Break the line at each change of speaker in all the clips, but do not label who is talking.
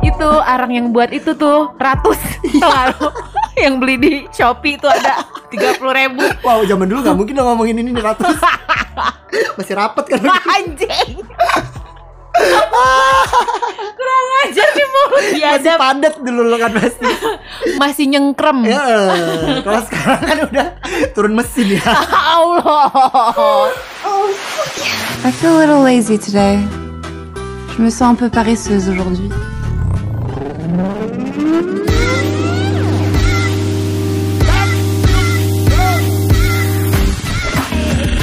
itu arang yang buat itu tuh ratus
Iya.
tau gak lu? yang beli di Shopee itu ada tiga puluh ribu
Wow, zaman dulu nggak mungkin dong ngomongin ini nih ratus. Masih rapet kan?
anjing kurang ajar nih mulut
Masih
biadab
padat dulu lo kan pasti.
masih nyengkrem
Ya, kalau sekarang kan udah turun mesin ya.
Allah
I feel a little lazy today. Je me sens un peu paresseuse aujourd'hui.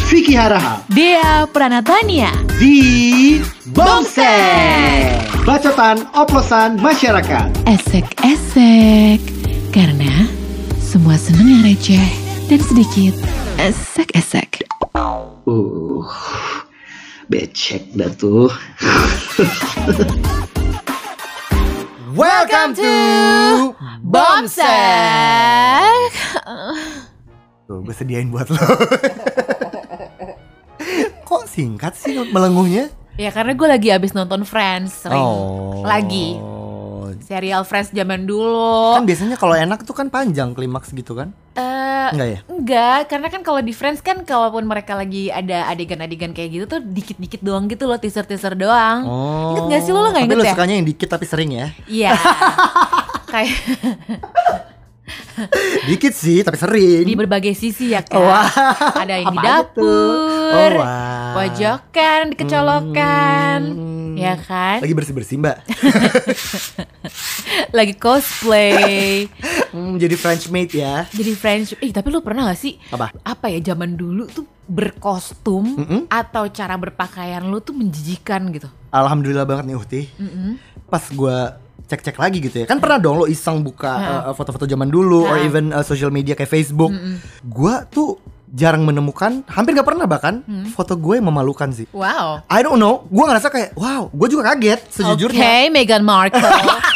Vicky Haraha
dia Pranatania
di
Bongseng.
Bacotan oplosan masyarakat.
esek-esek karena semua seneng yang receh dan sedikit esek-esek
Uh, becek dah tuh. Welcome to
Bomsek
Tuh, gue sediain buat lo. Kok singkat sih melengungnya?
Ya karena gue lagi abis nonton Friends sering
Oh.
Lagi Serial Friends zaman dulu
Kan biasanya kalau enak tuh kan panjang klimaks gitu kan?
Eh,
Enggak ya?
Enggak, karena kan kalau di Friends kan kalaupun mereka lagi ada adegan-adegan kayak gitu tuh dikit-dikit doang gitu loh, teaser-teaser doang.
Oh.
Ingat nggak sih lo? Lo nggak
Tapi
inget
lo
ya?
sukanya yang dikit tapi sering ya?
Iya. kayak
Dikit sih tapi sering.
di berbagai sisi ya kan.
Wah.
Ada yang di
Apa aja tuh?
dapur,
Oh, wah.
pojokan, dikecolokan.
Hmm.
Ya kan?
Lagi bersih-bersih mbak
Lagi cosplay.
Hmm, Jadi French maid ya
Jadi French. Eh, tapi lu pernah gak sih
Apa?
apa ya zaman dulu tuh berkostum
Mm-mm.
atau cara berpakaian lu tuh menjijikan gitu.
Alhamdulillah banget nih Uhti
Mm-mm.
Pas gua cek-cek lagi gitu ya Kan pernah dong lo iseng buka
Ha.
uh, foto-foto zaman dulu Or
Ha.
even uh, social media kayak Facebook
Mm-mm.
Gua tuh jarang menemukan Hampir gak pernah bahkan
Hmm.
Foto gue yang memalukan sih
Wow.
I don't know Gua ngerasa kayak Wow gue juga kaget
Oke,
sejujurnya
Meghan Markle.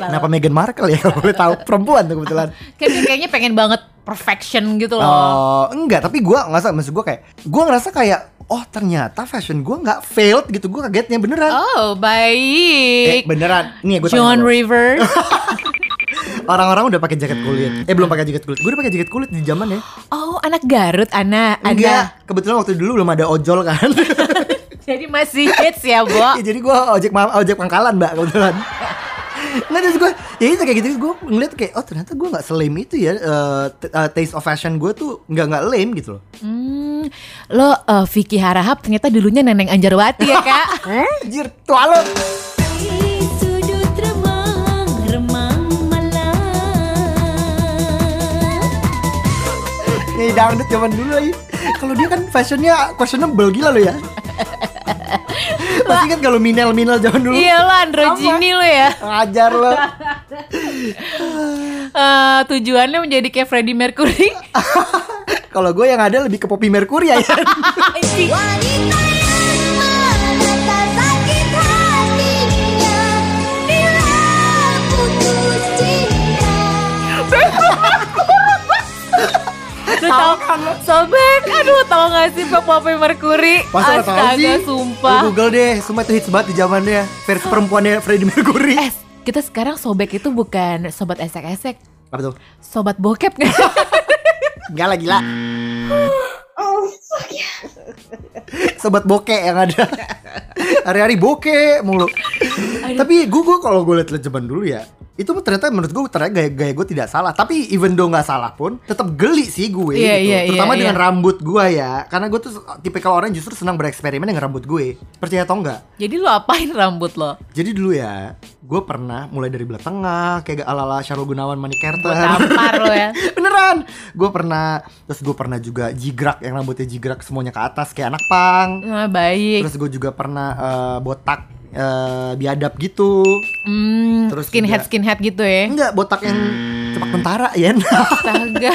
Kenapa Meghan Markle ya Kalau boleh tahu Perempuan tuh kebetulan
Kayak- kayaknya pengen banget perfection gitu loh.
Oh, enggak, tapi gua ngerasa maksud gua kayak gua ngerasa kayak oh ternyata fashion gua nggak failed gitu. Gua kagetnya beneran.
Oh,
Eh,
baik.
beneran. Nih gua
John
tanya lu.
Rivers.
Orang-orang udah pakai jaket kulit. Eh, belum pakai jaket kulit. Gua udah pakai jaket kulit di zaman ya.
Oh, anak Garut, anak, anak.
Enggak, kebetulan waktu dulu belum ada ojol kan.
Jadi masih hits ya, Bo.
ya, jadi gua ojek ma- ojek pangkalan, Mbak, kebetulan. Nggak terus gue Ya itu kayak gitu Gue ngeliat kayak Oh ternyata gue gak selame itu ya eh, t- eh, Taste of fashion gue tuh Gak, gak lame gitu loh
Hmm, lo eh, Vicky Harahap ternyata dulunya Neneng Anjarwati ya, Kak?
Anjir Tua lo
Sudut remang, remang malam.
Nyai dangdut zaman dulu lagi. Kalau dia kan fashionnya questionable gila lo ya. Masih ingat kalau minel minel zaman dulu?
Iya lo androgini lo ya
Ngajar lo.
Eh, Tujuannya menjadi kayak Freddie Mercury
Kalau gue yang ada lebih ke Poppy Mercury ya.
Anjing.
Wanita yang merasa sakit hatinya bila putus cinta.
Lo tau Sobek Aduh tau gak sih Pop Poppy Mercury
Masa nggak tahu
Astaga
sih?
sumpah
Lu Google deh, semua itu hits banget di zamannya. Versi perempuannya Freddie Mercury.
Eh kita sekarang sobek itu bukan sobat esek-esek
Apa tuh?
Sobat bokep nggak?
Enggak lah gila.
Oh,
Sobat bokeh yang ada Hari-hari bokeh mulu Tapi gue gue kalau gue liat-liat zaman dulu ya Itu ternyata menurut gue ternyata gaya, gaya gue tidak salah Tapi even though gak salah pun tetap geli sih gue
Iya,
gitu
iya, iya,
Terutama
iya.
dengan rambut gue ya Karena gue tuh tipikal orang yang justru senang bereksperimen dengan rambut gue Percaya atau enggak
Jadi lo apain rambut lo?
Jadi dulu ya Gue pernah mulai dari belah tengah Kayak ala-ala Syarul Gunawan Manik
Gue
Carter
tampar lo ya
beneran gue pernah terus gue pernah juga jigrak yang rambutnya jigrak semuanya ke atas kayak anak pang
Nah, Baik
terus gue juga pernah eh, botak eh, biadab gitu
hmm,
Terus
Skinhead
juga-
skinhead gitu ya
enggak botak yang sepak tentara ya
Astaga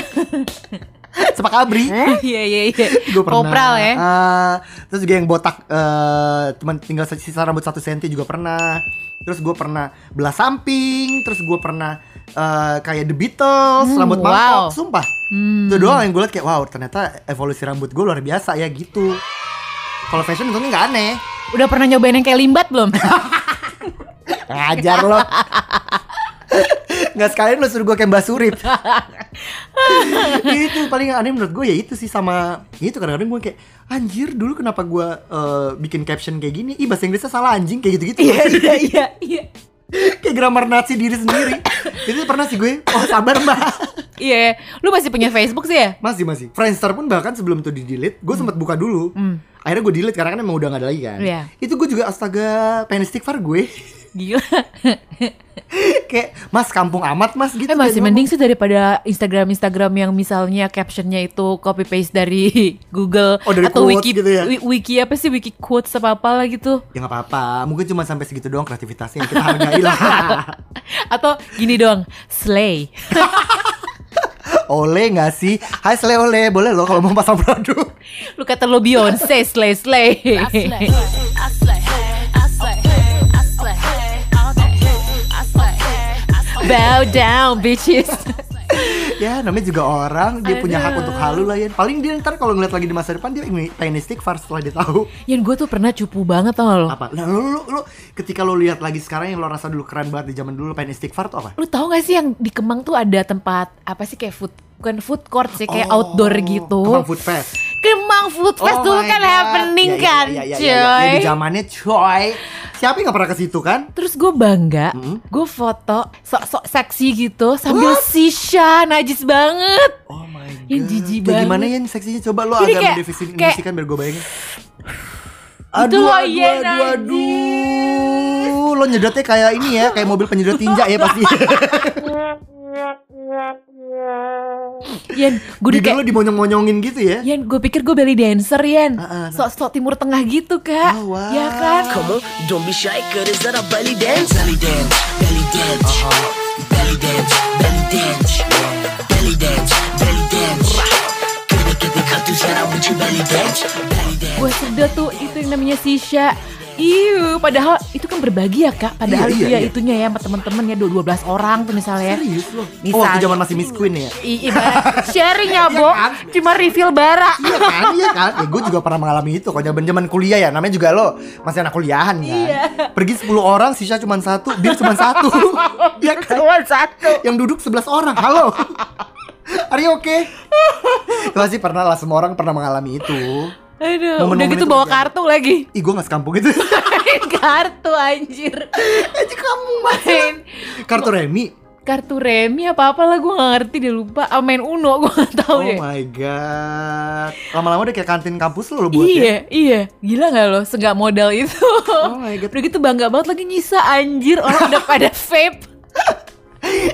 sepak abri
Iya iya iya
gue Eh? pernah
Kopral ya
eh, terus juga yang botak eh, cuman tinggal sisa rambut satu senti juga pernah terus gue pernah belah samping terus gue pernah eh, kayak The Beatles
Hmm,
rambut
wow.
mangkok sumpah
Hmm.
Itu doang yang gue liat kayak wow ternyata evolusi rambut gue luar biasa ya gitu. Kalau fashion untungnya nggak aneh.
Udah pernah nyobain yang kayak limbat belum?
Ngajar lo. Nggak sekalian lo suruh gue kayak Mbak Surip Itu paling aneh menurut gue ya itu sih sama Itu kadang-kadang gue kayak Anjir dulu kenapa gue eh, bikin caption kayak gini Ih bahasa Inggrisnya salah anjing kayak gitu-gitu
Iya iya iya iya.
Kayak grammar Nazi diri sendiri Itu pernah sih gue Oh sabar mbak
Iya, lu masih punya Facebook sih ya?
Masih masih. Friendster pun bahkan sebelum itu di delete, gue sempet buka dulu. Akhirnya gue delete karena kan emang udah gak ada lagi kan.
Hmm. Iya.
Itu gue juga astaga pengen istighfar gue.
Gila.
kayak mas kampung amat mas gitu.
Eh masih
Kayak
mending sih daripada Instagram Instagram yang misalnya captionnya itu copy paste dari Google
Oh, dari
atau
quotes
wiki
gitu ya?
wi- wiki apa sih wiki quotes apa apa lah gitu.
ngomong, Ya gak apa-apa. Mungkin cuma sampai segitu doang kreativitasnya yang kita hargai lah. Ah.
Atau gini doang, slay.
Oleh gak sih? Hai Sle Oleh, boleh loh kalau mau pasang produk.
Lu kata lu Beyonce slay slay. Bow down bitches.
ya namanya juga orang, dia punya hak
Aduh.
untuk halu lah ya. Paling dia ntar kalau ngeliat lagi di masa depan dia ingin- pengen istighfar setelah dia tahu.
Yang gue tuh pernah cupu banget tau gak lo.
Apa? Nah, lu, lu, lu, ketika lo lihat lagi sekarang yang lo rasa dulu keren banget di zaman dulu lo pengen istighfar tuh apa?
Lu tau gak sih yang di Kemang tuh ada tempat apa sih kayak food bukan food court sih kayak
Oh,
outdoor gitu.
Kemang Food Fest. Oh
Kemang Food Fest dulu
my
kan
God.
happening
Ya, ya,
kan,
ya, ya, ya,
cuy.
ya. Ya, Di zamannya coy. Siapa yang gak pernah ke situ kan?
Terus gue bangga,
Hmm?
gue foto sok-sok seksi gitu sambil sisha najis banget.
Oh my god.
Yang jijik banget.
Kayak Gimana ya seksinya? Coba lo
Jadi
agak
kayak-
mendefinisikan
kayak-
definisikan biar gue bayangin.
Itu
Aduh,
lo, iya
aduh,
Yen,
aduh, aduh. Lo nyedotnya kayak ini ya, kayak mobil penyedot tinja ya pasti.
Yan, gue udah
Bibir
kayak Iya.
lo dimonyong-monyongin gitu ya.
Yan, gue pikir gue belly dancer Yan,
Ah, ah, nah.
sok-sok timur tengah gitu kak,
Oh, wow.
ya kan?
Come on, don't be shy, cause it's not a belly dance. Belly dance, belly dance, belly dance, belly dance, belly dance, belly dance. Gonna get the cut to set up with your belly dance, belly dance.
Gue sedot tuh itu yang namanya sisha. Iu, padahal itu kan berbagi ya kak. Padahal
Iya,
itu
iya,
ya
iya.
itunya ya sama temen-temen ya dua belas orang tuh misalnya.
Serius lo?
Bisa.
Oh, waktu zaman masih Miss Queen ya?
I- ibarat sharing ya, Bo.
kan?
Cuma refill bara.
Iya kan, iya kan. Ya, gue juga pernah mengalami itu. Kalau zaman kuliah ya, namanya juga lo masih anak kuliahan kan.
Iya.
Pergi 10 orang, sisa cuma satu, bir cuma satu. Iya kan?
Cuma satu.
Yang duduk 11 orang. Halo. Are you okay? Itu pasti pernah lah semua orang pernah mengalami itu.
Aduh, udah
Momen-momen
gitu
itu
bawa
berjalan.
kartu lagi.
Ih, gue gak sekampung itu.
Main kartu anjir. Aja kamu main
Kartu remi.
kartu remi apa apalah gue gak ngerti dia lupa. Ah, main Uno gue gak tahu ya.
Oh
deh.
my god. Lama-lama udah kayak kantin kampus lo, lo buat ya.
Iya, iya. Gila gak lo? Segak modal itu.
Oh my God.
Udah gitu bangga banget lagi nyisa anjir. Orang udah pada vape.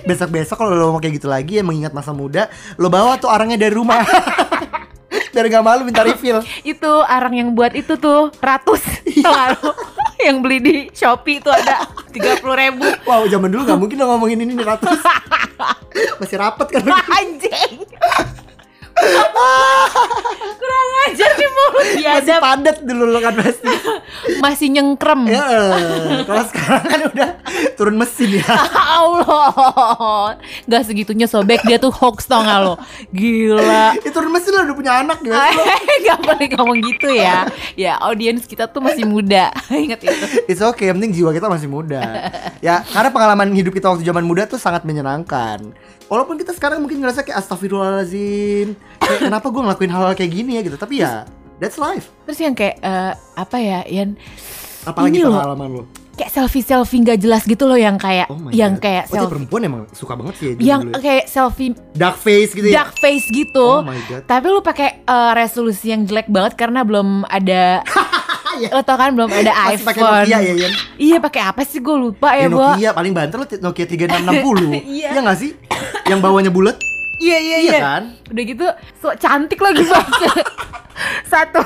Besok-besok kalau lo mau kayak gitu lagi ya mengingat masa muda, lo bawa tuh orangnya dari rumah. Biar gak malu minta refill.
Itu orang yang buat itu tuh ratus.
Iya.
Tau gak lo? yang beli di Shopee itu ada 30 ribu.
Wow, zaman dulu gak mungkin dong ngomongin ini nih ratus. Masih rapet kan.
Anjing. Kurang ajar nih mulut
Masih
biadab.
padat dulu lo kan pasti.
Masih nyengkrem.
Ya, kalau sekarang kan udah turun mesin ya.
Allah Gak segitunya sobek dia tuh hoax tau gak lo Gila
Itu Ya, turun mesin lo udah punya anak gimana sih lo?
Gak boleh ngomong gitu ya Ya audiens kita tuh masih muda Ingat itu
It's okay, yang penting jiwa kita masih muda. Ya, karena pengalaman hidup kita waktu zaman muda tuh sangat menyenangkan. Walaupun kita sekarang mungkin ngerasa kayak astagfirullahalazim. Kayak kenapa gue ngelakuin hal-hal kayak gini ya gitu. Tapi ya, that's life.
Terus yang kayak eh, Apa ya Yang Ini
Apalagi
lo.
pengalaman lo.
kayak selfie-selfie gak jelas gitu loh Yang kayak
Oh my
Yang
God.
kayak
Oh, dia
selfie
perempuan emang suka banget sih ya dulu
Yang
dulu ya.
kayak selfie
dark face gitu ya.
dark face gitu
Oh my God.
Tapi lu pakai eh, resolusi yang jelek banget Karena belum ada Lo tau kan belum ada
Ya. Masih pakai
iPhone
Nokia ya, Yan?
Iya pakai apa sih gue lupa
Ya,
ya, Bo
Nokia paling banter lo Nokia 3660
Iya.
Iya gak sih? Yang bawahnya bulat
Iya iya
Iya
iya.
kan?
Udah gitu so cantik lagi banget. satu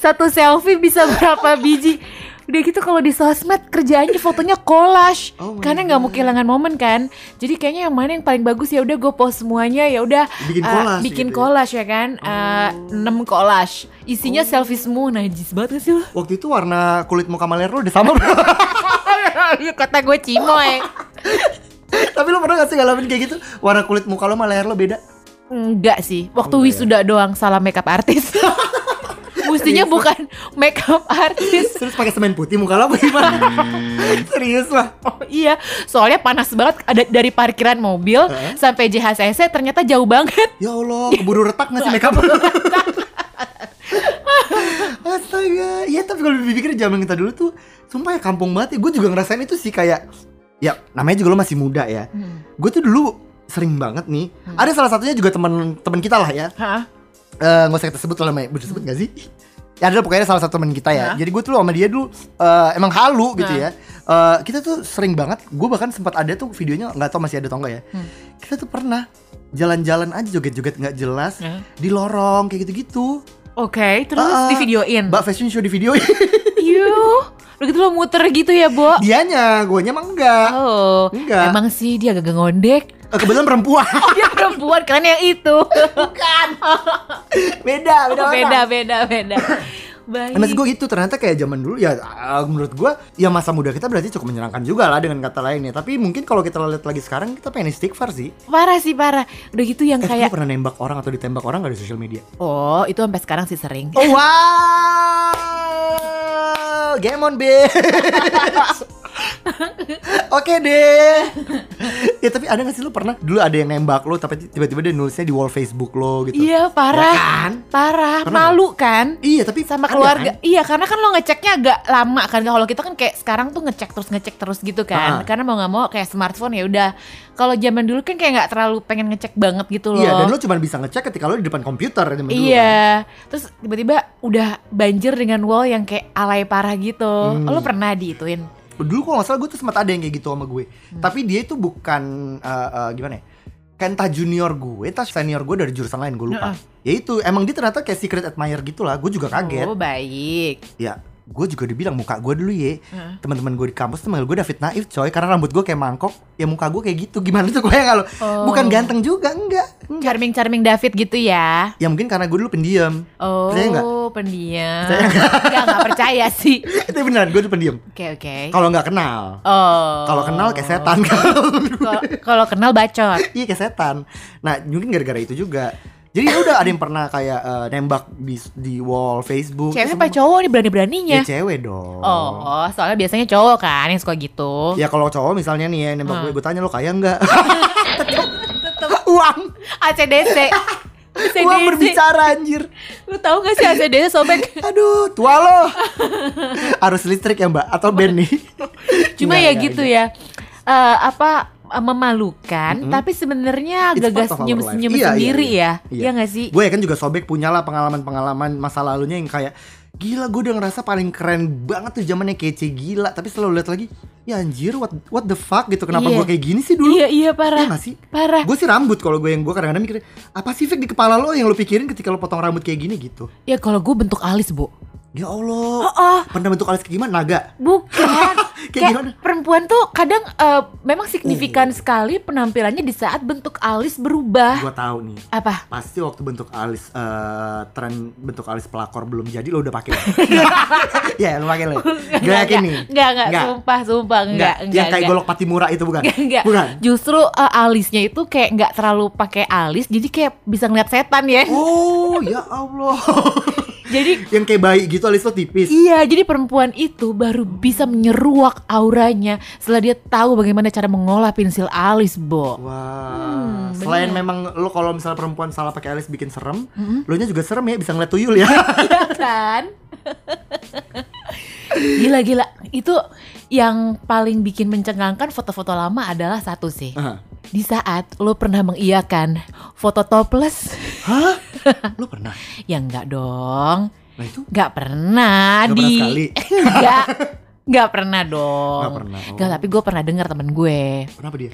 satu selfie bisa berapa biji? Udah gitu kalau di sosmed kerjaannya fotonya collage
Oh my
karena nggak mau kehilangan momen kan. Jadi kayaknya yang mana yang paling bagus ya udah gue post semuanya ya udah eh,
Bikin collage
bikin
gitu Oh. ya?
collage ya kan. Eh, enam collage. Isinya
Oh.
selfie semua najis banget gak sih lo.
Waktu itu warna kulit muka maler lo udah sama bro
Iya, Kata gue cimoy.
Tapi lo pernah gak sih ngalamin kayak gitu? Warna kulit muka lo sama leher lo beda
Enggak sih. Waktu
Enggak ya?
wisuda doang salah makeup artis. mestinya bukan makeup artist.
Terus pakai semen putih muka lo apa gimana? Serius lah.
Oh iya, soalnya panas banget ada dari parkiran mobil sampai JHCC ternyata jauh banget.
Ya Allah, keburu retak nggak sih makeup? Astaga, ya tapi kalau dipikir zaman kita dulu tuh Sumpah ya kampung banget ya, gue juga ngerasain itu sih kayak Ya namanya juga lo masih muda ya Gue tuh dulu sering banget nih Ada salah satunya juga teman teman kita lah ya
Hah?
Eh, nggak usah kita sebut lah namanya, boleh sebut nggak sih? Ya ada pokoknya salah satu teman kita
Hah?
ya. Jadi gue tuh sama dia dulu eh, emang halu gitu
Iya.
ya. Eh, kita tuh sering banget. Gue bahkan sempat ada tuh videonya nggak tau masih ada atau enggak ya.
Hmm.
Kita tuh pernah jalan-jalan aja joget-joget nggak jelas
Hah?
di lorong kayak gitu-gitu.
Oke, Iya. terus
Ah,
divideoin.
Mbak fashion show di video
Yuh, udah gitu lo muter gitu ya, Bo.
dianya, guanya emang enggak.
Oh,
Iya. Enggak.
emang sih dia agak ngondek.
Eh, Kebetulan perempuan.
Dia perempuan kan yang itu. Bukan.
beda, beda. orang.
Oh, beda, beda, beda. Baik.
Nah, Maksud gue itu ternyata kayak zaman dulu ya uh, menurut gue ya masa muda kita berarti cukup menyenangkan juga lah dengan kata lainnya. Tapi mungkin kalau kita lihat lagi sekarang kita pengen istighfar sih.
Parah sih parah. Udah gitu yang
Eh,
kayak
lu pernah nembak orang atau ditembak orang gak di sosial media?
oh, itu sampai sekarang sih sering.
Oh, wow, game on bitch. Oke deh. ya tapi ada gak sih lu pernah dulu ada yang nembak lu tapi tiba-tiba dia nulisnya di wall Facebook lo gitu?
Iya, parah. Parah.
Pernah
Malu kan?
Iya tapi
sama
ada
keluarga.
kan?
Iya, karena kan lo ngeceknya agak lama kan. Kalau kita kan kayak sekarang tuh ngecek terus ngecek terus gitu kan.
Ah.
Karena mau nggak mau kayak smartphone ya udah. Kalau zaman dulu kan kayak nggak terlalu pengen ngecek banget gitu loh.
Iya dan lu cuma bisa ngecek ketika lu di depan komputer zaman dulu kan?
Iya. Terus tiba-tiba udah banjir dengan wall yang kayak alay parah gitu.
Hmm.
Lo pernah diituin?
dulu kalau nggak salah gue tuh sempat ada yang kayak gitu sama gue tapi dia itu bukan eh, eh, gimana ya kan entah junior gue entah senior gue dari jurusan lain gue lupa ya itu emang dia ternyata kayak secret admirer gitu lah gue juga kaget
Oh, baik.
ya gue juga dibilang muka gue dulu ye teman-teman gue di kampus tuh manggil gue David Naif coy karena rambut gue kayak mangkok ya muka gue kayak gitu gimana tuh gue kalau
Oh.
bukan ganteng juga enggak enggak
Charming-charming David gitu ya.
ya mungkin karena gue dulu pendiam
Oh,
Percaya nggak?
pendiam. Enggak, enggak percaya sih.
itu beneran gue dulu pendiam
Oke, oke.
kalau nggak kenal
Oh.
kalau kenal kayak setan kan. kalau
Kalau- Kalau kenal bacot.
Iya kayak setan. Nah mungkin gara-gara itu juga. Jadi ya udah ada yang pernah kayak eh, nembak di di wall Facebook.
Cewek
Terus
apa cowok nih
sama-
berani-beraninya?
Ya cewek dong.
Oh, soalnya biasanya cowok kan yang suka gitu.
Ya kalau cowok misalnya nih ya
Hmm.
nembak gue, gue tanya lo kaya nggak?
Oh,
uang,
ACDC.
uang
ACDC.
berbicara anjir.
Lu tahu gak sih ACDC sobek?
Aduh, tua lo. Harus listrik ya mbak atau band nih.
Cuma
Nggak,
ya
nggak,
gitu
nggak.
ya. Eh apa eh, memalukan tapi sebenarnya
It's part
agak
of our
senyum-senyum
life. Iya,
sendiri
iya,
ya.
iya.
Iya nggak sih?
Gue kan juga sobek punya lah pengalaman-pengalaman masa lalunya yang kayak gila gue udah ngerasa paling keren banget tuh zamannya kece gila tapi selalu lihat lagi ya anjir what what the fuck gitu kenapa
Iya.
gue kayak gini sih dulu
Iya, iya
Iya
parah.
nggak sih?
Parah.
Gue sih rambut kalau gue yang gue kadang-kadang mikir apa sih Fik, di kepala lo yang lo pikirin ketika lo potong rambut kayak gini gitu.
Ya kalau gue bentuk alis, Bu.
Ya Allah.
Oh,
Pernah bentuk alis kayak gimana? Naga.
Bukan.
Kayak
kayak
gimana? Iya.
perempuan tuh kadang eh, memang signifikan sekali penampilannya di saat bentuk alis berubah.
Gue tahu nih.
Apa?
Pasti waktu bentuk alis eh tren bentuk alis pelakor belum jadi lo udah pakai. ya lo pakai lo. Gak yakin nih.
Enggak, enggak, sumpah, sumpah, enggak,
Enggak,
enggak.
yang kayak
enggak.
golok patimura itu bukan?
Enggak, enggak.
Bukan.
Justru eh, alisnya itu kayak enggak terlalu pakai alis, jadi kayak bisa ngeliat setan ya.
Oh, ya Allah.
Jadi
yang kayak bayi gitu alis lo tipis.
Iya, jadi perempuan itu baru bisa menyeruak auranya setelah dia tahu bagaimana cara mengolah pensil alis, Bo.
Wah,
Hmm,
selain memang lo kalau misalnya perempuan salah pakai alis bikin serem, lo nya juga serem ya bisa ngeliat tuyul ya.
Iya kan? gila gila. Itu yang paling bikin mencengangkan foto-foto lama adalah satu sih.
Aha.
Di saat lo pernah mengiyakan foto topless,
Hah? Lo pernah?
ya enggak dong.
Nah itu
Enggak pernah
Nggak
di
pernah sekali.
Enggak. Enggak pernah dong.
Nggak pernah, oh.
Nggak, tapi gue pernah dengar temen gue.
kenapa dia?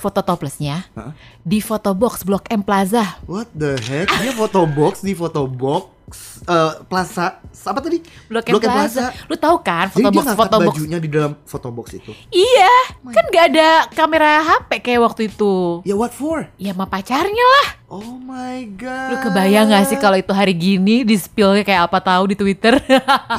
foto toplesnya
Heeh.
di foto box Blok M Plaza
What the heck? Dia foto box di foto box eh plaza apa tadi?
Blok M Plaza. Lu tahu kan
Jadi
foto
dia
box
ngangkat Oh
foto box?
bajunya di dalam foto box itu.
Iya, kan gak ada kamera HP kayak waktu itu.
Ya what for?
Ya sama pacarnya lah.
Oh my god.
Lu kebayang gak sih kalau itu hari gini di spillnya kayak apa tahu di Twitter?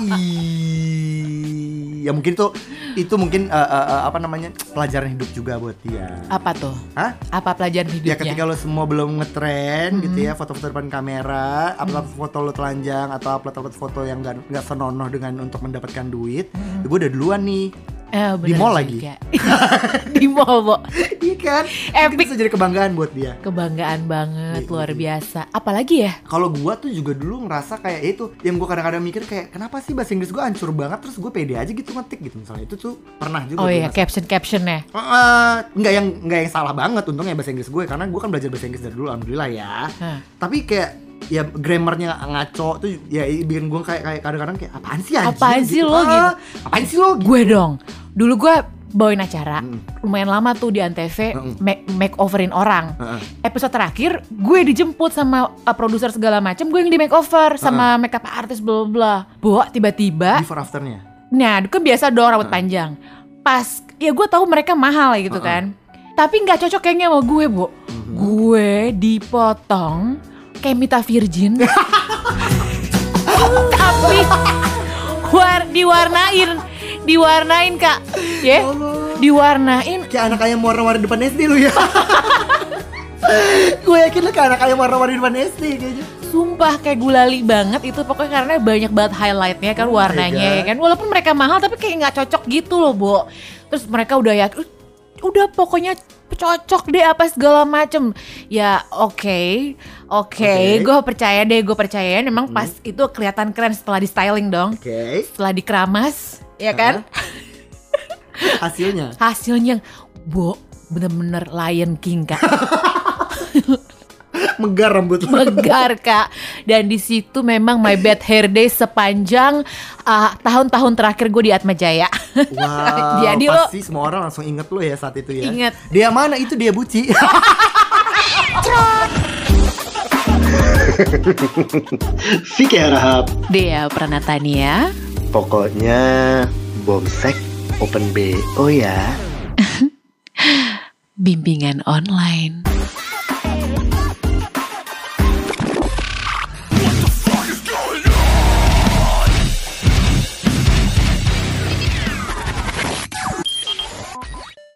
Ih, ya mungkin itu itu mungkin eh, eh, eh, apa namanya pelajaran hidup juga buat dia
Apa tuh?
Hah?
Apa pelajaran hidupnya?
Ya ketika lo semua belum ngetren gitu
Hmm.
ya foto-foto depan kamera, upload foto lo telanjang atau upload upload foto yang nggak nggak senonoh dengan untuk mendapatkan duit,
Hmm.
gue udah duluan nih.
Eh,
Di
bener
mall
juga. di mall, Bo.
Iya kan? Mungkin
Epic.
Bisa jadi kebanggaan buat dia.
Kebanggaan banget,
Iya,
luar
iya.
biasa. Apalagi ya?
Kalau gua tuh juga dulu ngerasa kayak ya itu yang gua kadang-kadang mikir kayak kenapa sih bahasa Inggris gua hancur banget terus gue pede aja gitu ngetik gitu misalnya itu tuh pernah juga
Oh
gua
iya,
ngerasa.
caption-captionnya.
Heeh, nggak yang nggak yang salah banget untungnya bahasa Inggris gue karena gue kan belajar bahasa Inggris dari dulu alhamdulillah ya.
Hah.
Tapi kayak ya grammarnya ngaco tuh ya bikin gue kayak kayak kadang-kadang kayak apaan sih anjing
Apaan sih lo
Ah,
gitu?
Apaan sih lo gitu?
Gue dong. Dulu gue bawain acara,
Mm.
lumayan lama tuh di Antv,
Mm-mm.
make makeoverin orang.
Heeh.
Episode terakhir, gue dijemput sama uh, produser segala macam, gue yang di makeover sama
Hmm.
makeup artist bla bla bla. Bo, tiba-tiba,
Before afternya.
nah kan biasa dong rambut panjang. Pas, ya gue tahu mereka mahal gitu kan.
Mm-mm.
Tapi nggak cocok kayaknya sama gue, Bu. Gue dipotong kayak Mita Virgin. Tapi war diwarnain, diwarnain Kak. Ya,
Allah.
diwarnain
Kayak anak ayam warna-warni depan SD lu ya. gue yakin lo kayak anak ayam warna-warni depan SD kayaknya.
sumpah kayak gulali banget itu pokoknya karena banyak banget highlightnya kan
Oh my God.
warnanya ya kan walaupun mereka mahal tapi kayak nggak cocok gitu loh Bo terus mereka udah ya "Uh, udah pokoknya cocok deh apa segala macem ya oke oke
Oke.
gue percaya deh gue percaya memang pas itu kelihatan keren setelah di styling dong
Oke,
setelah dikeramas ya kan
hasilnya.
hasilnya Bo bener-bener Lion King kak
Megar rambut lo.
megar kak dan di situ memang my bad hair day sepanjang uh, tahun-tahun terakhir gue di Atma Jaya
Wow,
Jadi lo-
pasti semua orang langsung inget lo ya saat itu ya.
Inget.
Dia mana itu dia buci.
Fikir Rahab,
Dea Pranatania
pokoknya bomsek open B. Oh ya.
bimbingan online